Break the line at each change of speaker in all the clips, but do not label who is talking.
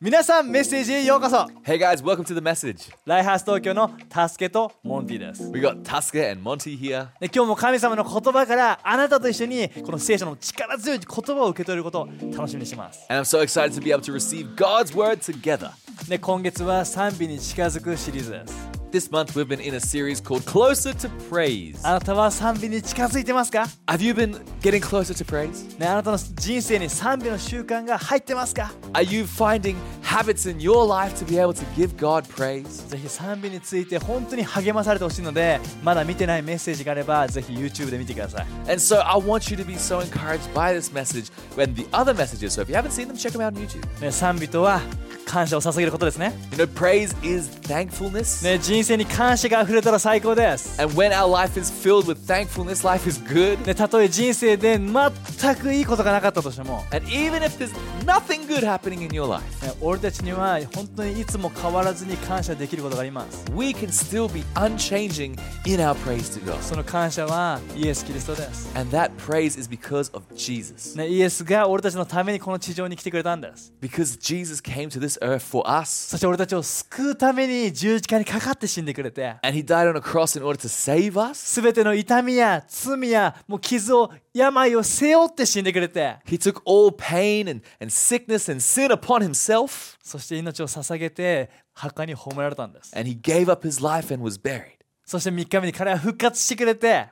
皆さんメッセージへようこそ
Hey guys, welcome to the message.
ライハース東京のタスケとモンティですで
We got Tusker and Monty here.
今日も神様の言葉からあなたと一緒にこの聖書の力強い言葉を受け取ることを楽しみにしてます
And I'm so excited to be able to receive God's word together.
で今月は賛美に近づくシリーズです
This month we've been in a series called Closer to Praise. Uh,
あなたは賛美に近づいてますか
Have you been getting closer to praise?
ね、あなたの人生に賛美の習慣が入ってますか
Are you finding habits in your life to be able to give God praise?
ぜひ賛美について本当に励まされてほしいのでまだ見てないメッセージがあればぜひ YouTube で見てください
And so I want you to be so encouraged by this message and the other messages. So if you haven't seen them, check them out on YouTube.
ね、賛美とは感謝を捧げることですね
You know, praise is thankfulness.
ね人生に感謝が溢れたら最高です、
And when our life is filled with thankfulness, life is good.
ね、たとえ人生で全くいいことがなかったとしても、
And even if there's nothing good happening in your life,
ね、俺たちには本当にいつも変わらずに感謝できることがあります
we can still be unchanging in our praise to God.
その感謝はイエス・キリストです、
And that praise is because of Jesus.
ね、イエスが俺たちのためにこの地上に来てくれたんです
Because Jesus came to this earth for us.
そして俺たちを救うために十字架にかかって死んでくれて
And he died on a cross in order to save us.
全ての痛みや罪やもう傷を病を背負って死んでくれて
He took all pain and, and sickness and sin upon himself.
そして命を捧げて墓に葬られたんです
And he gave up his life and was buried.
そして3日目に彼は復活してくれて、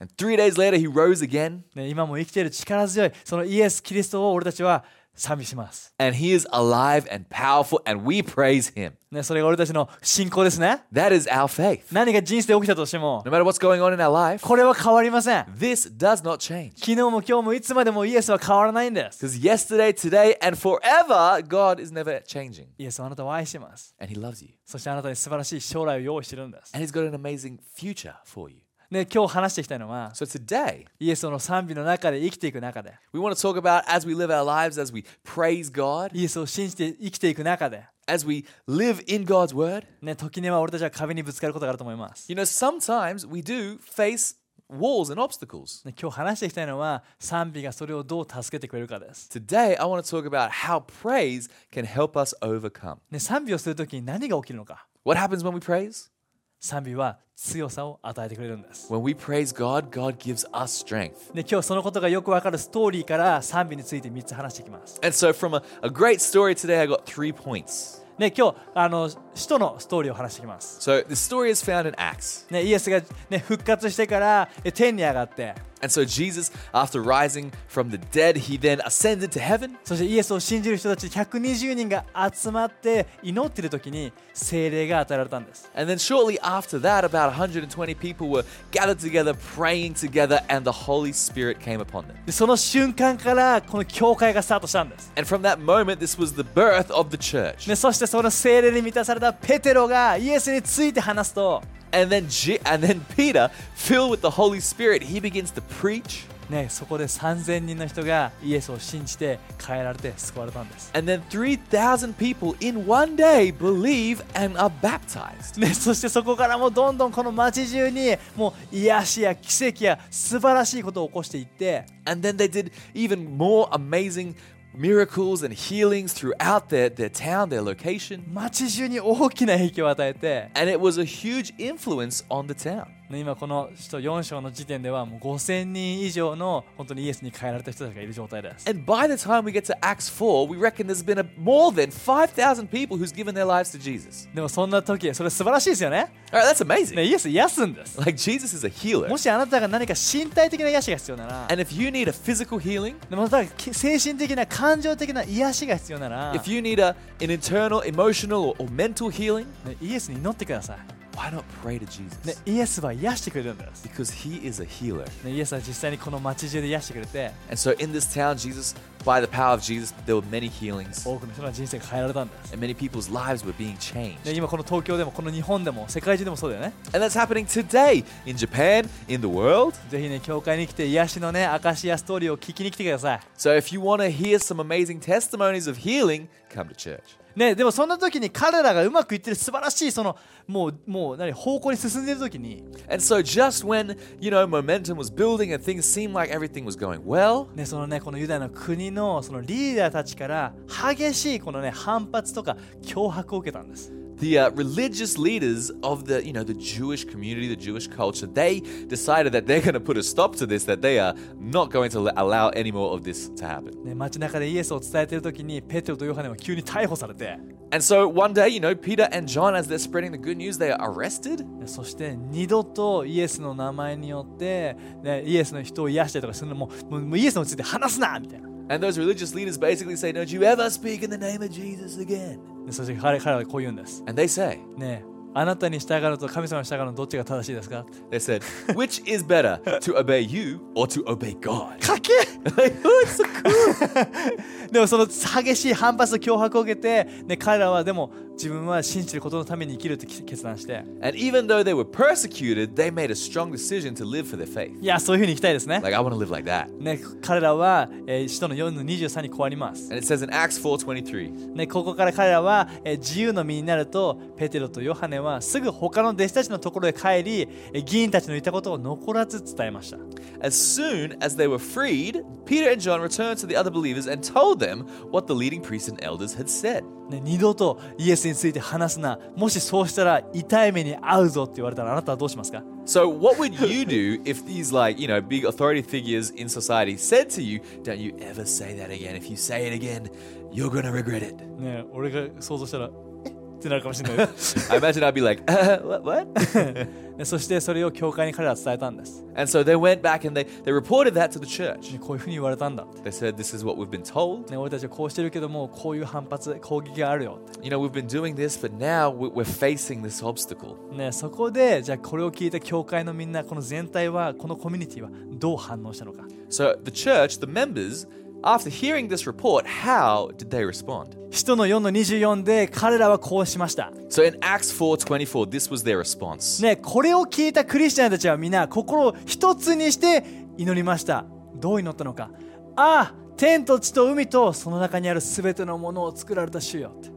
And three days later, he rose again,
ね、今も生きている力強いそのイエス・キリストを俺たちは賛美します、
and he is alive and powerful, and we praise him.
ね、それが俺たちの信仰ですね
That is our faith.
何が人生で起きたとしても
No matter what's going on in our life,
これは変わりません
this does not change.
昨日も今日もいつまでもイエスは変わらないんです
Because yesterday, today, and forever, God is never changing.
イエスはあなたを愛してます
And he loves you.
そしてあなたに素晴らしい将来を用意してるんです、
And he's got an amazing future for you.
ね、今日話していきたいのは
So today,
イエスの賛美の中で生きていく中で
we want to talk about as we live our lives, as we praise God,
イエスを信じて生きていく中で、
as we live in God's word.
ね、時には俺たちは壁にぶつかることがあると思います、
You know, sometimes we do face walls and obstacles.
ね、今日話していきたいのは賛美がそれをどう助けてくれるかです、
Today, I want to talk about how praise can help us overcome.
ね、賛美をするときに何が起きるのか
What happens when we praise?
賛美は強さを与えてくれるんです、
When we praise God, God gives us strength.
ね、今日そのことがよくわかるストーリーから賛美について3つ話していきます、
And so, from a, a great story today, I got three points.
ね、今日あの使徒のストーリーを話していきます、
So, the story is found in Acts.
ね、イエスが、ね、復活してからえ天に上がって
And so, Jesus, after rising from the dead, he then ascended to heaven.
そしてイエスを信じる人たち120人が集まって祈っている時に聖霊が与えられたんです
And then, shortly after that, about 120 people were gathered together, praying together, and the Holy Spirit came upon them.
でその瞬間からこの教会がスタートしたんです、
And from that moment, this was the birth of the church.
ね、そしてその聖霊に満たされたペテロがイエスについて話すと、
And then Je- and then Peter, filled with the Holy Spirit, he begins to preach.
ね、そこで3000人の人がイエスを信じて変えられて救われたんです、
And then 3,000 people in one day believe and are baptized.
ね、そしてそこからもうどんどんこの町中にもう癒しや奇跡や素晴らしいことを起こしていって、
And then they did even more amazing miracles and healings throughout their, their town, their location.
町中に大きな影響を与えて
And it was a huge influence on the town.
ね今この首都4章の時点ではもう5000人以上の本当にイエスに変えられた人たちがいる状態です。
And by the time we get to Acts 4, we reckon there's been a, more than 5,000 people who's given their lives to Jesus.
でもそんな時それ素晴らしいですよね。
All right, that's amazing.
ねイエス癒すんです。
Like, Jesus is a healer.
もしあなたが何か身体的な癒しが必要なら、
And if you need a physical healing,
でもまたき精神的な感情的な癒しが必要なら、
If you need a, an internal, emotional, or, or mental healing,
ねイエスに祈ってください。
Why not pray to Jesus?
ね、イエスは癒してくれるんです、
Because he is a healer.
ね、イエスは実際にこの町中で癒してくれて
And so in this town, Jesus, by the power of Jesus, there were many healings
多くの人の人生が変えられたんです、
and many people's lives were being changed.
ね、今この東京でもこの日本でも世界中でもそうだよね
And that's happening today in Japan, in the world.
ぜひね教会に来て癒しのね証やストーリーを聞きに来てくださ
So if you want to hear some amazing testimonies of healing, come to church.
い、ね、でもそんな時に彼らがうまくいってる素晴らしいそのもうもう何方向に進んでる時に、
And so just when, you know, momentum was building and things seemed like everything was going well,
ね、そのねこのユダの国のそのリーダーたちから激しいこのね反発とか脅迫を受けたんです、
the uh, religious leaders of the, you know, the Jewish community, the Jewish culture, they decided that they're going to put a stop to this, that they are not going to l- allow any more of this to happen.
ね、街中でイエスを伝えてる時にペテロとヨハネは急に逮捕されて
And so one day, you know, Peter and John, as they're spreading the good news, they are arrested.
ねそして二度とイエスの名前によって、ね、イエスの人を癒したりとかするのももうもうイエスのついて話すなみたいな、ね
And those religious leaders basically say, Don't you ever speak in the name of Jesus again.
そして彼彼らはこう言うんです、
And they say,
ね、あなたに従うのと神様に従うのどっちが正しいですか
They said, Which is better, to obey you or to obey God?
かけ でもその激しい反発と脅迫を受けて、ね、彼らはでも自分は信じることのために生きるって決断して
And even though they were persecuted, they made a strong decision to live for their faith.
いやそういうふうにいきたいですね
Like, I want to live like that.
ね彼らは、えー、使徒の4の23にこうあります
And it says in Acts 4.23,
ね、ここから彼らは、えー自由の身になるとペテロとヨハネはすぐ他の弟子たちのところへ帰りえー議員たちのいたことを残らず伝えました、
As soon as they were freed, Peter and John returned to the other believers and told them what the leading priests and elders had said.
ね、二度とイエスについて話すなもしそうしたら痛い目に遭うぞって言われたらあなたはどうしますか
So what would you do if these like, you know, big authority figures in society said to you, don't you ever say that again. If you say it again, you're going to regret it.
ね俺が想像したらえっってなるかもしれない
I imagine I'd be like, uh, what, what?
ねそしてそれを教会に彼らは伝えたんです、
And so they went back and they, they reported that to the church.
ねこういうふうに言われたんだって、
They said, this is what we've been told.
ね、俺たちはこうしてるけどもこういう反発攻撃があるよって
You know, we've been doing this, but now we- we're facing this obstacle.
ね、そこでじゃあこれを聞いた教会のみんなこの全体はこのコミュニティはどう反応したのか
So the church, the members, after hearing this report, how did they respond?
使徒の4の24で彼らはこうしました、
So in Acts 4:24, this was their response.
ね、これを聞いたクリスチャンたちは皆心を一つにして祈りましたどう祈ったのかああ天と地と海とその中にある全てのものを作られた主よって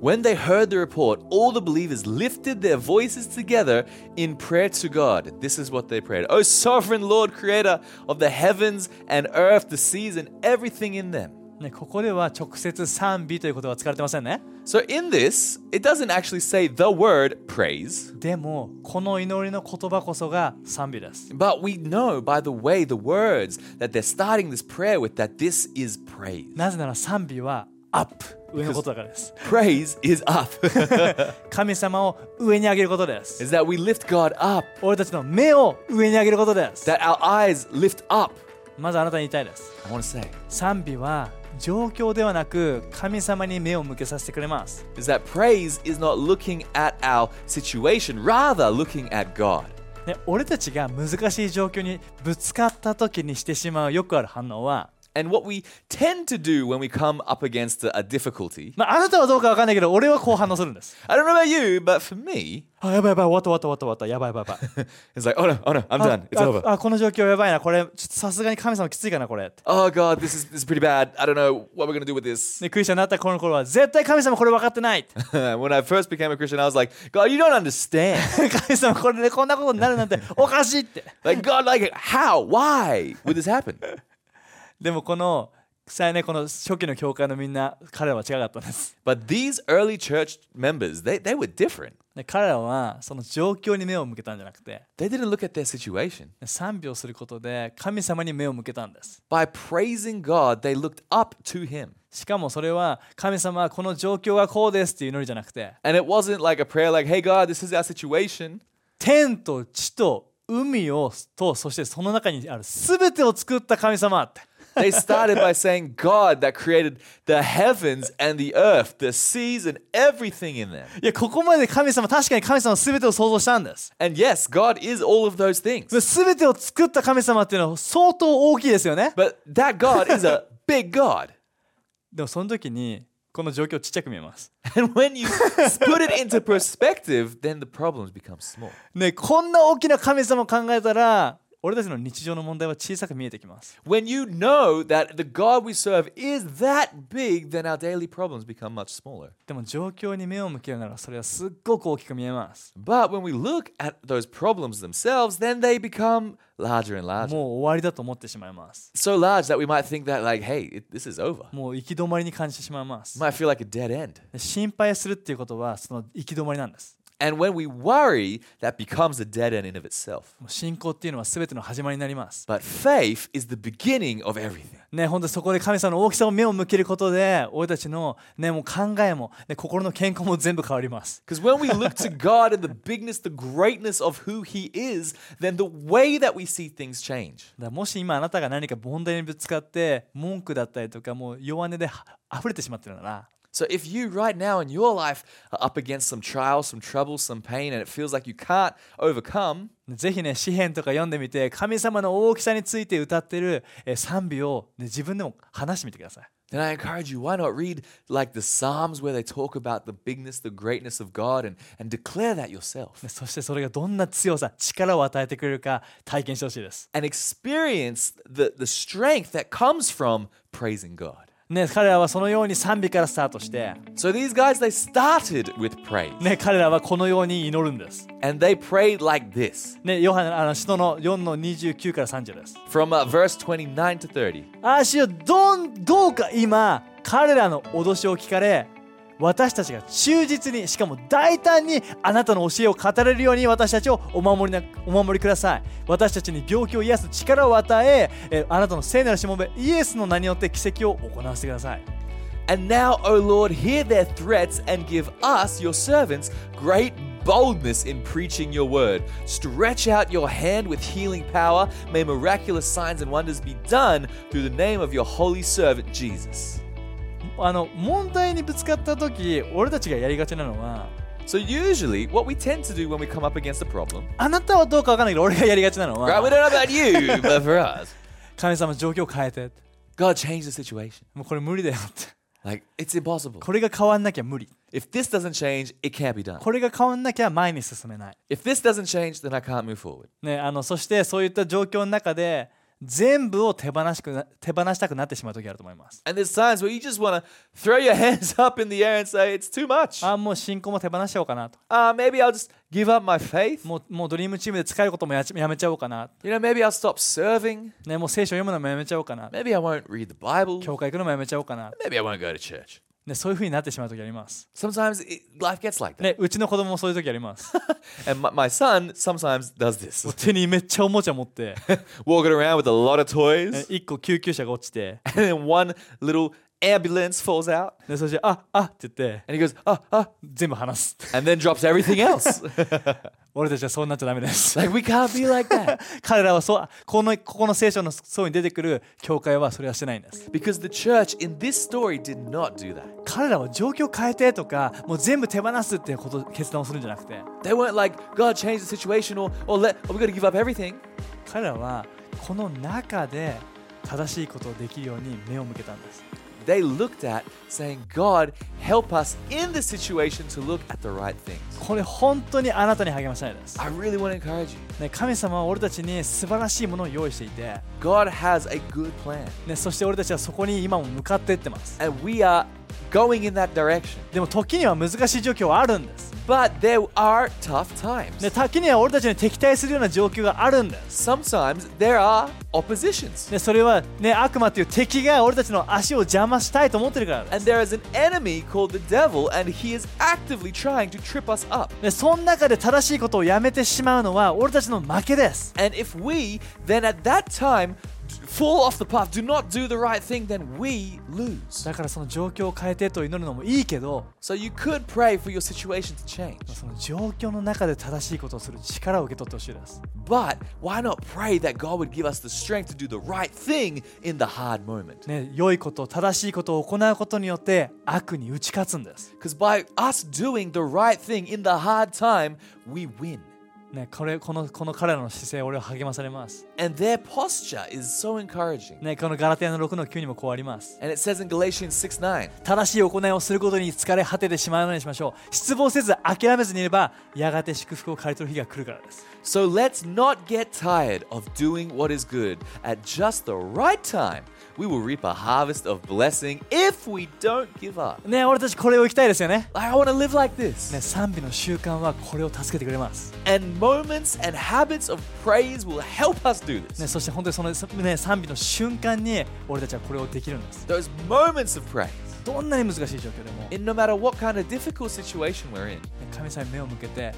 When they heard the report, all the believers lifted their voices together in prayer to God. This is what they prayed. O sovereign Lord, creator of the heavens and earth, the seas and everything in them.
ね、ここでは直接賛美ということは使われてませんね
So in this, it doesn't actually say the word praise,
でもこの祈りの言葉こそが賛美です
but we know by the way the words that they're starting this prayer with that this is praise.
なぜなら賛美はアップ上のことだからです
Praise is up.
神様を上に上げることです
is that we lift God up,
俺たちの目を上に上げることです
that our eyes lift up.
まずあなたに言いたいです
I want to say
賛美は状況ではなく神様に目を向けさせてくれます、
is that praise is not looking at our situation, rather looking at God.
ね、俺たちが難しい状況にぶつかった時にしてしまうよくある反応は、
And what we tend to do when we come up against a, a difficulty,
まあ、あなたはどうかわかんないけど俺はこう反応するんです
I don't know about you, but for me,
あやばいやばい終わった終わった終わった終わったやばいやばいやばい
it's like, oh no, oh no, I'm
あ
done, it's
あ
over.
あこの状況やばいなこれちょっとさすがに神様きついかなこれ
oh God, this is this is pretty bad. I don't know what we're gonna do with this.
でクリスチャンになった頃の頃は絶対神様これ分かってない
when I first became a Christian, I was like, God, you don't understand.
神様これでこんなことになる なんておかしいって
like God, like how, why would this happen?
でもこのさあねこの初期の教会のみんな彼らは違かったんです
But these early church members, they, they were different.
で彼らはその状況に目を向けたんじゃなくて
They didn't look at their situation.
賛美をすることで神様に目を向けたんです
By praising God, they looked up to Him.
しかもそれは神様はこの状況がこうですっていう祈りじゃなくて
And it wasn't like a prayer like, hey, God, this is our situation.
天と地と海をとそしてその中にある全てを作った神様って
They started by saying God that created the heavens and the earth, the seas and everything in them.
いやここまで神様確かに神様全てを創造したんです
And yes, God is all of those things.
全てを作った神様っていうのは相当大きいですよね
But that God is a big God.
でもその時にこの状況ちっちゃく見えます
And when you put it into perspective, then the problems become small.
ねこんな大きな神様を考えたら俺たちの日常の問題は小さく見えてきます
When you know that the God we serve is that big, then our daily problems become much smaller.
でも状況に目を向けるならそれはすっごく大きく見えます
But when we look at those problems themselves, then they become larger and
もう
larger.
終わりだと思ってしまいます
So large that we might think that, like, hey, it, this is over.
もう行き止まりに感じてしまいます
Might feel like a dead end.
心配するっていうことはその行き止まりなんです
And when we worry, that becomes a dead end in of itself.
もう信仰っていうのは全ての始まりになります
But faith is the beginning of everything.
ね本当にそこで神様の大きさを目を向けることで俺たちのねもう考えも、ね、心の健康も全部変わります
Because when we look to God and the bigness, the greatness of who He is, then the way that we see things change.
だからもし今あなたが何か問題にぶつかって文句だったりとかもう弱音では溢れてしまってるなら
So if you right now in your life are up against some trial, some trouble, some pain, and it feels like you can't overcome,
ぜひね詩篇とか読んでみて神様の大きさについて歌ってるえー賛美を、ね、自分でも話してみてください
then I encourage you, why not read like the Psalms where they talk about the bigness, the greatness of God and, and declare that yourself
でそしてそれがどんな強さ力を与えてくれるか体験してほしいです、
and experience the, the strength that comes from praising God.
ね、彼らはそのように賛美からスタートして、
So these guys, they started with praise
ね、彼らはこのように祈るんです、
and they prayed like this
ね、ヨハネあの使徒の4の29から30です
from uh, verse 29 to 30.
ああしよどんどうか今彼らの脅しを聞かれ私たちが忠実にしかも大胆にあなたの教えを語れるように私たちをお守りなお守りください私たちに病気を癒す力を与ええーあなたの聖なるしもべイエスの名によって奇跡を行わせてください
And now, O Lord, hear their threats and give us, your servants, great boldness in preaching your word. Stretch out your hand with healing power. May miraculous signs and wonders be done through the name of your holy servant Jesus.
あの問題にぶつかった時俺たちがやりがちなのは
So, usually, what we tend to do when we come up against a problem,
あなたはどうかわかんないけど俺がやりがちなの
right? We
は
don't know about you, but for us,
神様状況を変えて
God changed the situation.
もうこれ無理だよって
Like, it's impossible.
これが変わんなきゃ無理
If this doesn't change, it can't be done.
これが変わんなきゃ前に進めない
If this doesn't change, then I can't move forward.
ね、あのそしてそういった状況の中で全部を手放しくな手放したくなってしまう時あると思います
And there's times where you just want to throw your hands up in the air and say, it's too much.
あもう信仰も手放しちゃおうかなと
Uh, maybe I'll just give up my faith.
もうもうドリームチームで使えることもやちやめちゃおうかな、
You know, maybe I'll stop serving.
ね、もう聖書読むのもやめちゃおうかな
Maybe I won't read the Bible.
教会行くのもやめちゃおうかな、
Maybe I won't go to church.
ね、そういう風になってしまう時あります、
Sometimes it, life gets like that.
ね、うちの子供もそういう時あります
And my, my son sometimes does this
手にめっちゃおもちゃ持って、
walking around with a lot of toys,
1個救急車が落ちて
and then one little ambulance falls out,
でそして「ああっ」って言って
and he goes, oh, oh,
全部話す
and then drops everything else.
俺たちはそうなっちゃダメです
like, we can't be like that.
彼らはそうこのここの聖書の層に出てくる教会はそれはしてないんです
Because the church in this story did not do that.
彼らは状況を変えてとかもう全部手放すっていうこと決断をするんじゃなくて
They weren't like, God, change the situation, or, or, let, or we got to give up everything.
彼らはこの中で正しいことをできるように目を向けたんです
they looked at, saying, God, help us in this situation to look at the right things.
これ本当にあなたに励ましたいです、
I really want to encourage you.
ね、神様は俺たちに素晴らしいものを用意していて、
God has a good plan,
ね、そして俺たちはそこに今も向かっていってます
and we are going in that direction.
でも時には難しい状況はあるんです、
But there are tough times.
ね、時には俺たちに敵対するような状況があるんです、
Sometimes there are oppositions,
ね、それは、ね、悪魔という敵が俺たちの足を邪魔したいと思ってるからです
and there is an enemy called the devil, and he is actively trying to trip us up.
でその中で正しいことをやめてしまうのは俺たちの負けです
And if we then at that time fall off the path, do not do the right thing, then we lose.
だからその状況を変えてと祈るのもいいけど
So you could pray for your situation to change,
その状況の中で正しいことをする力を受け取ってほしいです
but why not pray that God would give us the strength to do the right thing in the hard moment?
ね良いこと正しいことを行うことによって悪に打ち勝つんです、
Because by us doing the right thing in the hard time, we win.
ね、これこのこの彼らの姿勢俺は励まされます、
And their posture is so encouraging.
ね、このガラテヤの6の9にもこうあります
And it says in Galatians 6 9,
正しい行いをすることに疲れ果ててしまうようにしましょう失望せず諦めずにいればやがて祝福を刈り取る日が来るからです
So let's not get tired of doing what is good. At just the right time, we will reap a harvest of blessing if we don't give up.
ね俺たちこれを生きたいですよね
I want to live like this.
ね賛美の習慣はこれを助けてくれます、
And moments and habits of praise will help us do
ね、
this.
そして本当にその、そね、賛美の瞬間に俺たちはこれをできるんです
Those moments of praise,
どんなに難しい状況でも
in no matter what kind of difficult situation we're in,
神様に目を向けて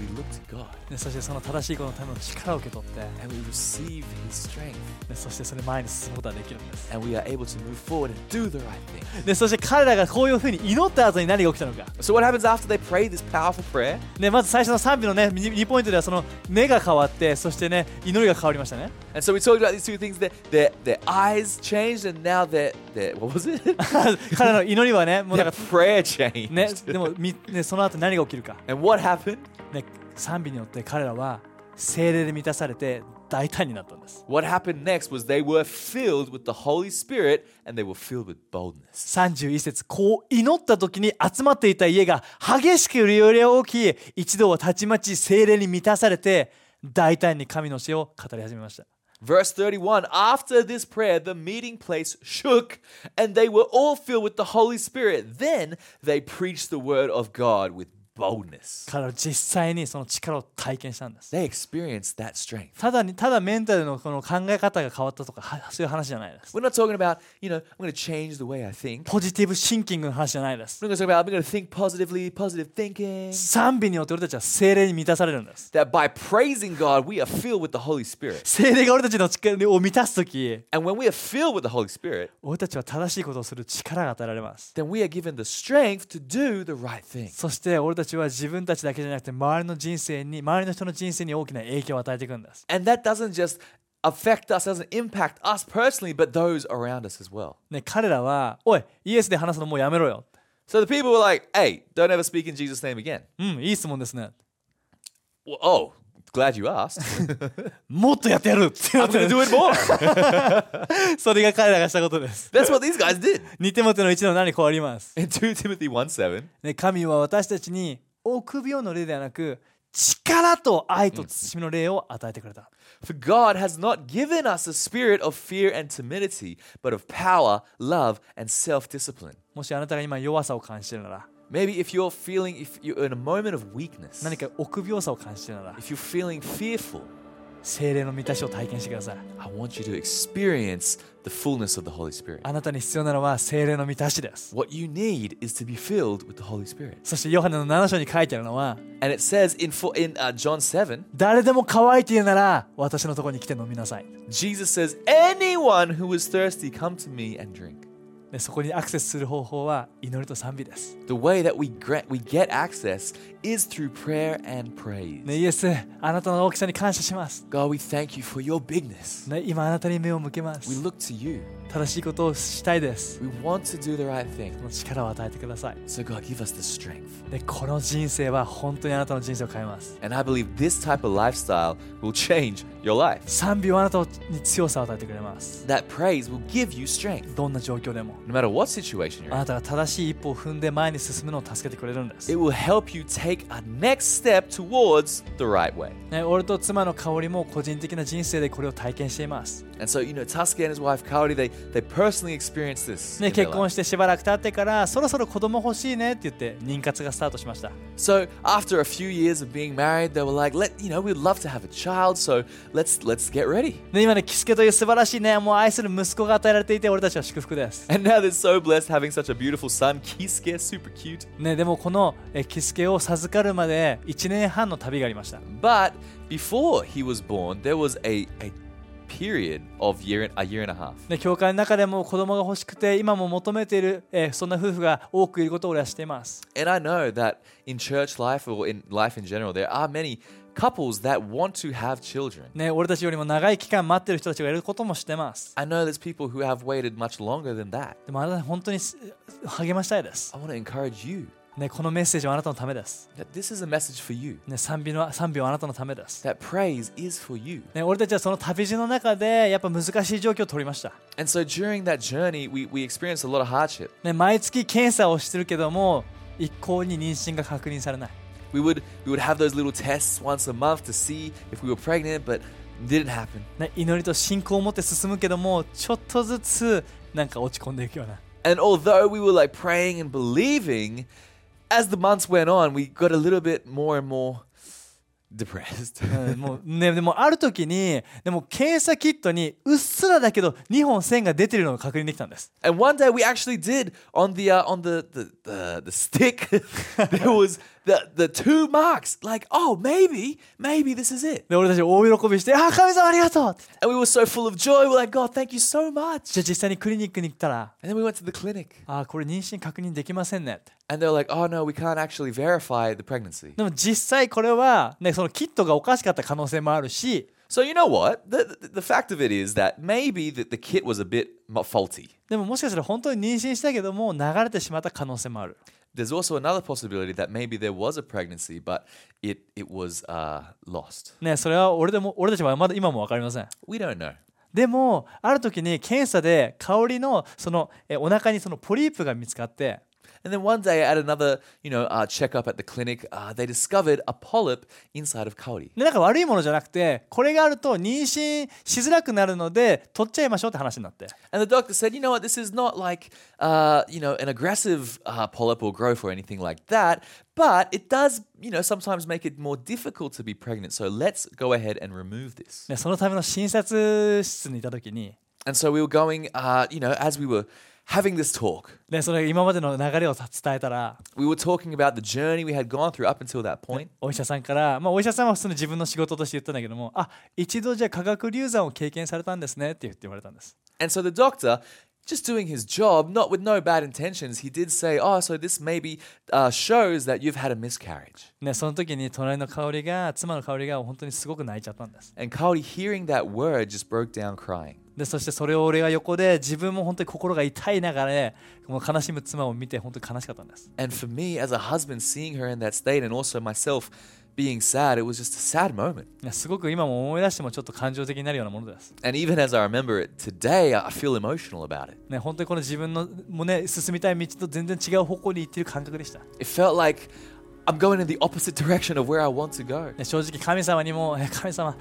we look to God
ねそしてその正しいことのための力を受け取って、ね
and we receive His strength
そしてそれ前に進むことができるんです、
and we are able to move forward and do the right thing.
ね、そして彼らがこういうふうに祈った後に何が起きたのか、
So, what happens after they pray this powerful prayer?
ね、まず最初の賛美の、ね、2, ポイントではその目が変わってそして、ね、祈りが変わりましたね
And so we talked about these two things. Their their, their eyes changed, and now their their what was it?
彼らの祈りはねもうなん
their
か、
prayer changed.
ね、でもみ、ね、その後何が起きるか、
And what happened?
ね、賛美によって彼らは精霊で満たされて大胆になったんです
What happened next was they were filled with the Holy Spirit, and they were filled with boldness.
31節こう祈った時に集まっていた家が激しく揺れ動き一同はたちまち精霊に満たされて大胆に神の教えを語り始めました
Verse thirty-one. After this prayer, the meeting place shook, and they were all filled with the Holy Spirit. Then they preached the word of God with boldness.
彼らは実際にその力を体験したんです
They experienced that strength.
ただにただメンタルのこの考え方が変わったとかはそういう話じゃないです
We're not talking about you know I'm going to change the way I think.
ポジティブシンキングの話じゃないです
We're not talking about I'm going to think positively, positive thinking.
賛美によって俺たちは精霊に満たされるんです
that by praising God, we are filled with the Holy Spirit.
精霊が俺たちの力を満たす時
And when we are filled with the Holy Spirit,
俺たちは正しいことをする力が与えられます
then we are given the strength to do the right thing.
そして俺たちは自分たちだけじゃなくて周りの人生に周りの人の人生に大きな影響を与えていくんです
And that doesn't just affect us, doesn't impact us personally, but those around us as well.
ね彼らは「おいイエスで話すのもうやめろよ
So the people were like, hey, don't ever speak in Jesus' name again.」
うんいい質問ですね
Well, oh, glad you asked.
もっとやってやるってな
I'm
って
going to do it more.
それが彼らがしたことです
That's what these guys did.
2手元の1の何こうあります、
In 2 Timothy 1 7,
ね、神は私たちに臆病の霊ではなく力と愛と慎みの霊を与えてくれた、
for God has not given us a spirit of fear and timidity, but of power, love, and self discipline.
もしあなたが今弱さを感じてるなら
Maybe if you're feeling, if you're in a moment of weakness,
何か臆病さを感じてるなら
if you're feeling fearful,
精霊の満たしを体験してください
I want you to experience the fullness of the Holy Spirit.
あなたに必要なのは精霊の満たしです
What you need is to be filled with the Holy Spirit.
そしてヨハネの7章に書いてあるのは
And it says in, fo- in uh, John 7,
誰でも乾いているなら私のところに来て飲みなさい
Jesus says, Anyone who is thirsty, come to me and drink.
でそこにアクセスする方法は祈りと賛美です、
The way that we, grant, we get access is through prayer and praise.
ね、イエスあなたの大きさに感謝します、
God, we thank you for your bigness.
ね、今あなたに目を向けま
We
す
look to you.
正しいことをしたいですこ
We want to do the right thing.
の力を与えてください
So, God, give us the strength.
でこの人生は本当にあなたの人生を変えます
And I believe this type of lifestyle will change your life.
賛美はあなたに強さを与えてくれます
That praise will give you strength.
どんな状況でも
No matter what situation
あ
you're
な
in,
たが正しい一歩を踏んで前に進むのを助けてくれるんです
it will help you take a next step towards the right way.
ね、俺と妻の香りも個人的な人生でこれを体験しています、
And so, you know, Tuska and his wife Kaori, they, they personally experienced this.
ね、
in their
結婚してしばらく経ってからそろそろ子供欲しいねって言って妊活がスタートしました、
life. So after a few years of being married, they were like, let you know, we'd love to have a child, so let's let's get ready.
ね、今ねキスケという素晴らしいねもう愛する息子が与えられていて俺たちは祝福です、
And now they're so blessed having such a beautiful son, Kisuke, super cute.
ね、でもこのえキスケを授かるまで1年半の旅がありました、
But before he was born, there was a, a period of year a year and a half.
で教会の中でも子供が欲しくて今も求めている、えーそんな夫婦が多くいることを俺は知っています。
And I know that in church life or in life in general, there are many couples that want to have children.
ね、俺たちよりも長い期間待ってる人たちがいることも知ってます。
I know there's people who have waited much longer than that.
でもあなたに本当にす励ましたいです、
I want to encourage you
ね。このメッセージはあなたのためです。
that this is a message for you,
ね、賛美の賛美はあなたのためです。
that praise is for you.
ね、俺たちはその旅路の中でやっぱ難しい状況を取りました。
And so during that journey, we, we experienced a lot of hardship.
ね、毎月検査をしてるけども一向に妊娠が確認されない。
We would, we would have those little tests once a month to see if we were pregnant, but it didn't happen.
ね、祈りと信仰を持って進むけどもちょっとずつなんか落ち込んでいくような。
And although we were like praying and believing, as the months went on, we got a little bit more and more depressed.
うんもうね、でもある時にでも検査キットにうっすらだけど2本線が出てるのが確認できたんです
and one day we actually did on the uh, on the the, the, the stick there was the the two marks like oh maybe maybe this is it.
で俺たち大喜びして「あー神様ありがとう!」って
And we were so full of joy. We're like God, thank you so much.
じゃあ実際にクリニックに行ったら
And then we went to the clinic
「あーこれ妊娠確認できませんね」って
and they're like oh no, we can't actually verify the pregnancy.
でも実際これは、ね、そのキットがおかしかった可能性もあるし
So you know what? The, the, the fact of it is that maybe the, the kit was a bit mo- faulty.
でももしかしたら本当に妊娠したけども流れてしまった可能性もある
There's also another possibility that maybe there was a pregnancy, but it it was uh, lost.
ねそれは俺でも俺たちはまだ今も分かりません
We don't know.
でもある時に検査で香りのそのえお腹にそのポリープが見つかって
And then one day at another, you know, uh, checkup at the clinic, uh, they discovered a polyp inside of Kaori.
でなんか悪いものじゃなくてこれがあると妊娠しづらくなるので取っちゃいましょうって話になって
And the doctor said, you know what, this is not like, uh, you know, an aggressive uh, polyp or growth or anything like that, but it does, you know, sometimes make it more difficult to be pregnant. So let's go ahead and remove this.
でそのための診察室にいた時に
And so we were going, uh, you know, as we were having this talk,
でそれ今までの流れをさ伝えたら
we were talking about the journey we had gone through up until that point.
お医者さんから、まあ、お医者さんは普通の自分の仕事として言ったんだけどもあ一度じゃあ化学流産を経験されたんですねって言って言われたんです
And so the doctor, just doing his job, not with no bad intentions, he did say, "Oh, so this maybe uh, shows that you've had a miscarriage."
ね、その時に隣の香りが妻の香りが本当にすごく泣いちゃったんです
And Kaori, hearing that word, just broke down crying.
でそしてそれを俺が横で自分も本当に心が痛い中でこの悲しむ妻を見て本当に悲しかったんです
And for me, as a husband, seeing her in that state, and also myself being sad, it was just a sad moment.
ねすごく今も思い出してもちょっと感情的になるようなものです、
And even as I remember it today, I I feel emotional about it.
ね、本当にこの自分のも、ね、進みたい道と全然違う方向に行ってる感覚でした、
It felt like I'm going in the opposite direction of where I want to go.
ね、正直神様にもえ神様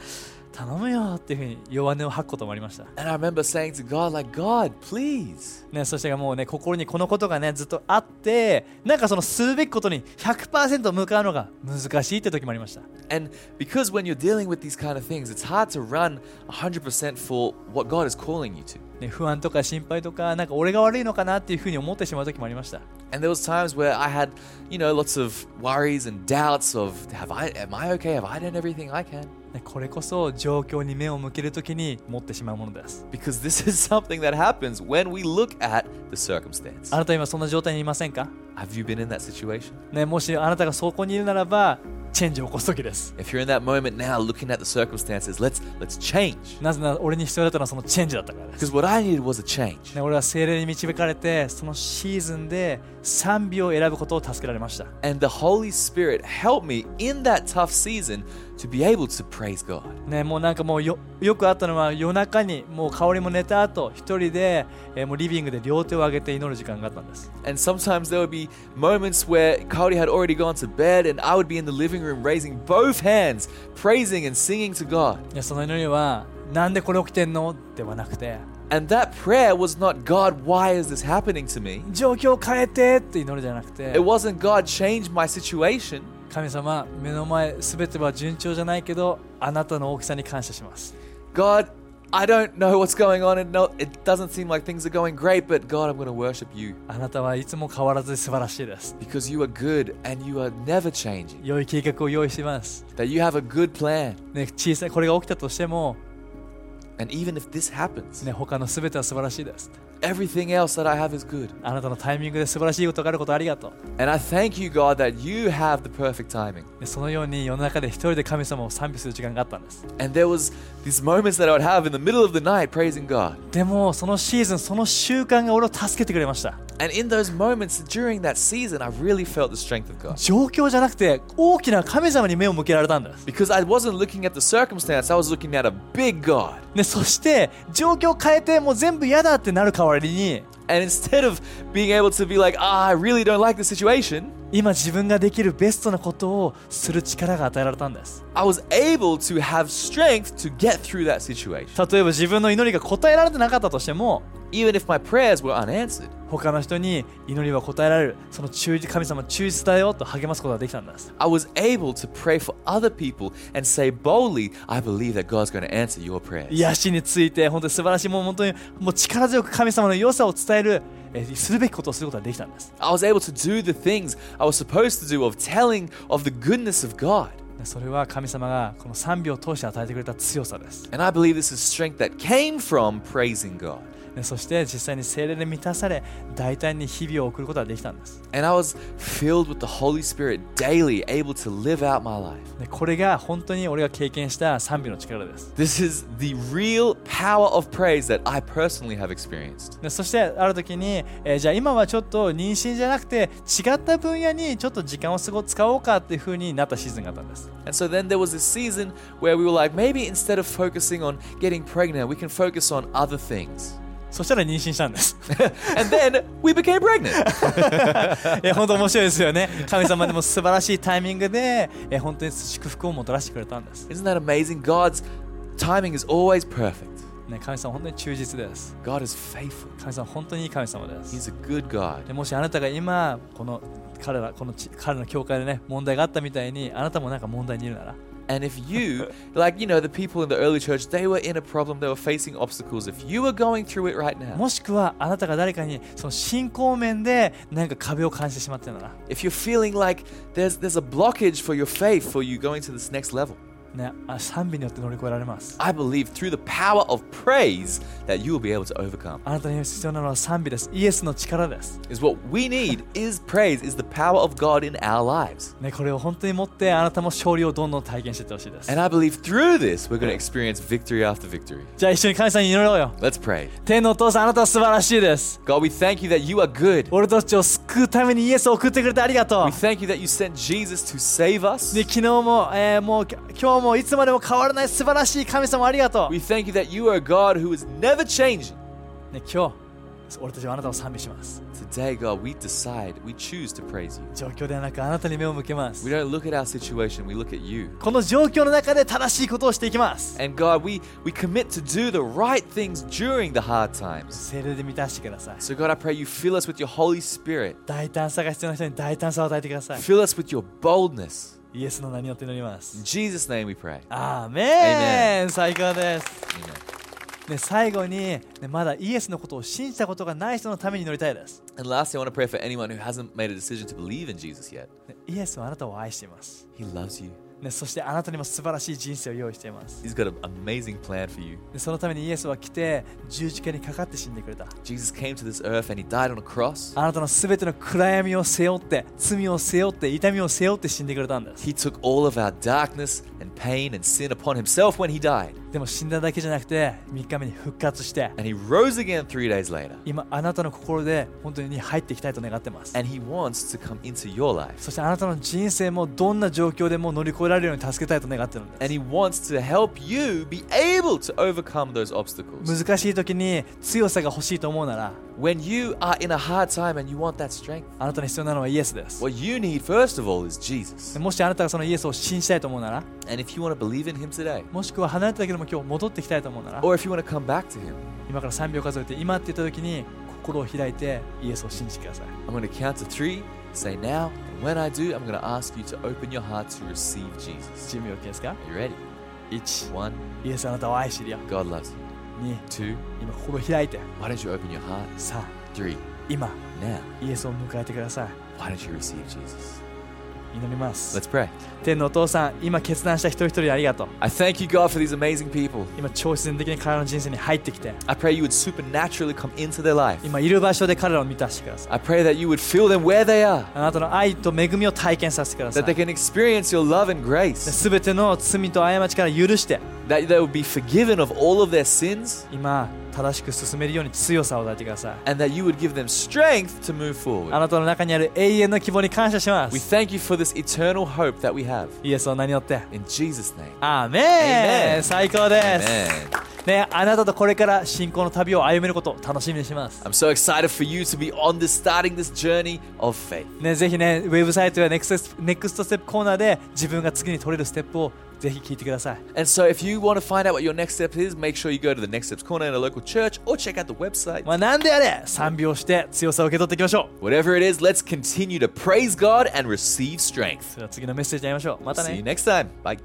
頼むよっていうふうに弱音を吐くこともありました、
And I remember saying to God, like, God, please.
ね、そしてもうね心にこのことがねずっとあってなんかそのするべきことに100%向かうのが難しいって時もありました
And because when you're dealing with these kind of things, it's hard to run 100% for what God is calling you to.
ね、不安とか心配とか、なんか俺が悪いのかなっていうふうに思ってしまう時もありました。
And there was times where I had, you know, lots of worries and doubts of have I am I okay? Have I done everything I can?
ね、これこそ状況に目を向ける時に持ってしまうものです。
Because this is something that happens when we look at the circumstance.
あなた今そんな状態にいませんか、
Have you been in that situation?
ね、もしあなたがそこにいるならば、チェンジを起こす時です。
If you're in that moment now looking at the circumstances, let's let's change.
なぜなら俺に必要だったのはそのチェンジだったからです。
Because what I needed was a change.
ね、俺は精霊に導かれて、そのシーズンで賛美を選ぶことを助けられました。
And the Holy Spirit helped me in that tough season to be able to praise God.
ね、もうなんかもうよよくあったのは夜中にもう香りも寝た後一人で、えーもうリビングで両手を上げて祈る時間があったんです。
And sometimes there would be moments where Cody had already gone to bed, and I would be in the living room raising both hands, praising and singing to God.
いやその祈りは「なんでこれ起きてんの?」ではなくて
And that prayer was not, God, why is this happening to me?
「状況を変えて!」って祈るじゃなくて
It wasn't, God, change my situation.
「神様目の前全ては順調じゃないけどあなたの大きさに感謝します」
God, I don't know what's going on, and no, it doesn't seem like things are going great, but God, I'm going to worship you
「あなたはいつも変わらず素晴らしいです」
because you are good and you are never changing,
良い計画を用意します、
that you have a good plan.
ね、小さいこれが起きたとしても
And even if this happens,
ね、他のすべては素晴らしいです。
everything else that I have is good.
あなたのタイミングで素晴らしいことがあることありがとう。
And I thank you, God, that you have the perfect timing.
でそのように世の中で一人で神様を賛美する時間があったんです。
And there was these moments that I would have in the middle of the night praising God.
でもそのシーズン、その習慣が俺を助けてくれました。
And in those moments during that season, I really felt the strength of God.
状況じゃなくて大きな神様に目を向けられたんです。
Because I wasn't looking at the circumstance, I was looking at a big God.
ね、そして状況を変えてもう全部嫌だってなる代わりに
And instead of being able to be like, ah, I really don't like the situation,
今自分ができるベストなことをする力が与えられたんです
I was able to have strength to get through that situation.
例えば自分の祈りが答えられてなかったとしても
Even if my prayers were unanswered,
他の人に祈りは答えられるその忠実神様の忠実だよと励ますことができたんです
I was able to pray for other people and say boldly, I believe that God's going to answer your prayers.
癒しについて本当に素晴らしいもう本当にもう力強く神様の良さを伝えるえーするべきことをすることができたんです
I was able to do the things I was supposed to do of telling of the goodness of God.
でそれは神様がこの賛美を通して与えてくれた強さです
And I believe this is strength that came from praising God.
でそして実際に精霊で満たされ大胆に日々を送ることができたんです
And I was filled with the Holy Spirit daily, able to live out my life.
でこれが本当に俺が経験した賛美の力です
This is the real power of praise that I personally have experienced.
でそしてある時に、えーじゃあ今はちょっと妊娠じゃなくて違った分野にちょっと時間を過ご使おうかっていう風になったシーズンがあったんです
And so then there was this season where we were like, maybe instead of focusing on getting pregnant, we can focus on other things.
そしたら妊娠したんです
and then we became pregnant.
えー本当面白いですよね神様でも素晴らしいタイミングで、えー本当に祝福をもたらしてくれたんです、
Isn't that amazing? God's timing is always perfect.
ね、神様本当に忠実です
God is faithful.
神様本当にいい神様です
He's a good God.
でもしあなたが今この彼らこのち彼らの教会でね問題があったみたいにあなたもなんか問題にいるなら
And if you, like, you know, the people in the early church, they were in a problem, they were facing obstacles. If you were going through it right now,
もしくはあなたが誰かにその信仰面でなんか壁を感じてしまってるなら
if you're feeling like there's, there's a blockage for your faith, for you going to this next level,
ね、あ賛美によって乗り越えられます
I believe through the power of praise that you will be able to overcome.
あなたに必要なのは賛美ですイエスの力です、
Is what we need is praise, is the power of God in our lives.
ね、これを本当に持ってあなたも勝利をどんどん体験していってほしいです
And I believe through this, we're going to experience victory after victory.
じゃあ一緒に神様に祈ろうよ
Let's pray.
天のお父さんあなたは素晴らしいです
God, we thank you that you are good.
俺たちを救うためにイエスを送ってくれてありがとう
We thank you that you sent Jesus to save us.
で昨日も、えーもうき今日もいつまでも変わらない素晴らしい神様ありがとう、
We thank you that you are a God who is never changing.
ね、今日俺たちはあなたを賛美します
Today, God, we decide, we choose to praise you.
状況ではなくあなたに目を向けます
We don't look at our situation, we look at you.
この状況の中で正しいことをしていきます
And God, we, we commit to do the right things during the hard times.
精霊で満たしてください
So, God, I pray you fill us with your Holy Spirit,
大胆さが必要な人に大胆さを与えてください
fill us with your boldness.
イエスの名によって祈りま
In
す
Jesus' name we pray.
アー
メ
メン最高です、
Amen.
ね、最後に、ね、まだイエスのことを信じたことがない人のために祈りたいです、
And lastly, I want to pray for anyone who hasn't made a decision to believe in Jesus yet.
ねイエスはあなたを愛しています、
He loves you,
ね、そしてあなたにも素晴らしい人生を用意しています、
He's got an amazing plan for you.
でそのためにイエスは来て十字架にかかって死んでくれた
Jesus cameとthis earth and he died on a cross.
あなたのすべての暗闇を背負って罪を背負って痛みを背負って死んでくれたんです
He took all of our darkness and pain and sin upon himself when he died.
でも死んだだけじゃなくて3日目に復活して
And he rose again three days later.
今あなたの心で本当に入っていきたいと願ってます
And he wants to come into your life.
そしてあなたの人生もどんな状況でも乗り越えられるように助けたいと願ってるんで
And he wants to help you be able to overcome those obstacles.
す難しい時に強さが欲しいと思うなら
When you are in a hard time and you want that strength,
あなたに必要なのはイエスですで
what you need first of all is Jesus.
もしあなたがそのイエスを信じたいと思うなら
And if you want to believe in him today,
もしくは離れただけでも今日戻ってきたいと思うなら
or if you want to come back to him,
今から3秒数えて今って言った時に心を開いてイエスを信じてください
I'm going to count to three, say now, and when I do, I'm going to ask you to open your heart to receive Jesus.
準備 OK ですか
Are you ready?
1
One,
イエスあなたを愛してるよ
God loves you.
2
Two,
今心を開いて
why don't you open your heart?
さ
Three,
あ今
now,
イエスを迎えてください
why don't you receive Jesus?
祈ります
Let's pray.
天のお父さん今決断した一人一人ありがとう
I thank you, God, for these amazing people.
今超自然的に彼らの人生に入ってきて
I pray you would supernaturally come into their life.
今いる場所で彼らを満たしてください
I pray that you would feel them where they are,
あなたの愛と恵みを体験させてくださ
that they
い
can experience your love and grace,
すべての罪と過ちから許して
that they would be forgiven of all of their sins,
今正しく進めるように強さを与えてください
and that you would give them strength to move forward.
あなたの中にある永遠の希望に感謝しま
We
す
thank you for this eternal hope that we have.
イエスを名によって
In Jesus' name.
アー
メ
メ
ン
ン最高です、
Amen.
ね、あなたとこれから信仰の旅を歩めることを楽しみにします、
I'm so excited for you to be on this, starting this journey of faith.
ね、ぜひねウェブサイトやネクストネクストステップコーナーで自分が次に取れるステップをぜひ聞いてください
And so, if you want to find out what your next step is, make sure you go to the Next Steps Corner in a local church or check out the website.
まあなんであれ賛美をして強さを受け取っていきましょう
Whatever it is, let's continue to praise God and receive strength.
それでは次のメッセージに会いましょうまた
See
ね
you next time. Bye.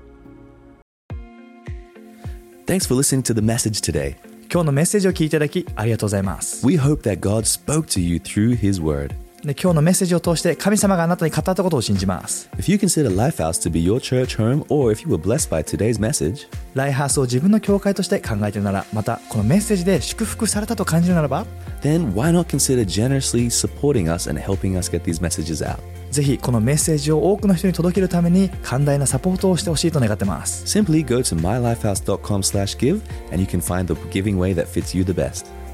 Thanks for listening to the message today.
今日のメッセージを聞いていただきありがとうございます
We hope that God spoke to you through His Word.
で今日のメッセージを通して神様があなたに語ったことを信じます
If you consider Lifehouse to be your church home, or if you were blessed by today's message,
ライハースを自分の教会として考えているならまたこのメッセージで祝福されたと感じるならば
then why not consider generously supporting us and helping us get these messages out?
ぜひこのメッセージを多くの人に届けるために寛大なサポートをしてほしいと願ってます
Simply go to mylifehouse.com/give and you can find the giving way that fits you the best.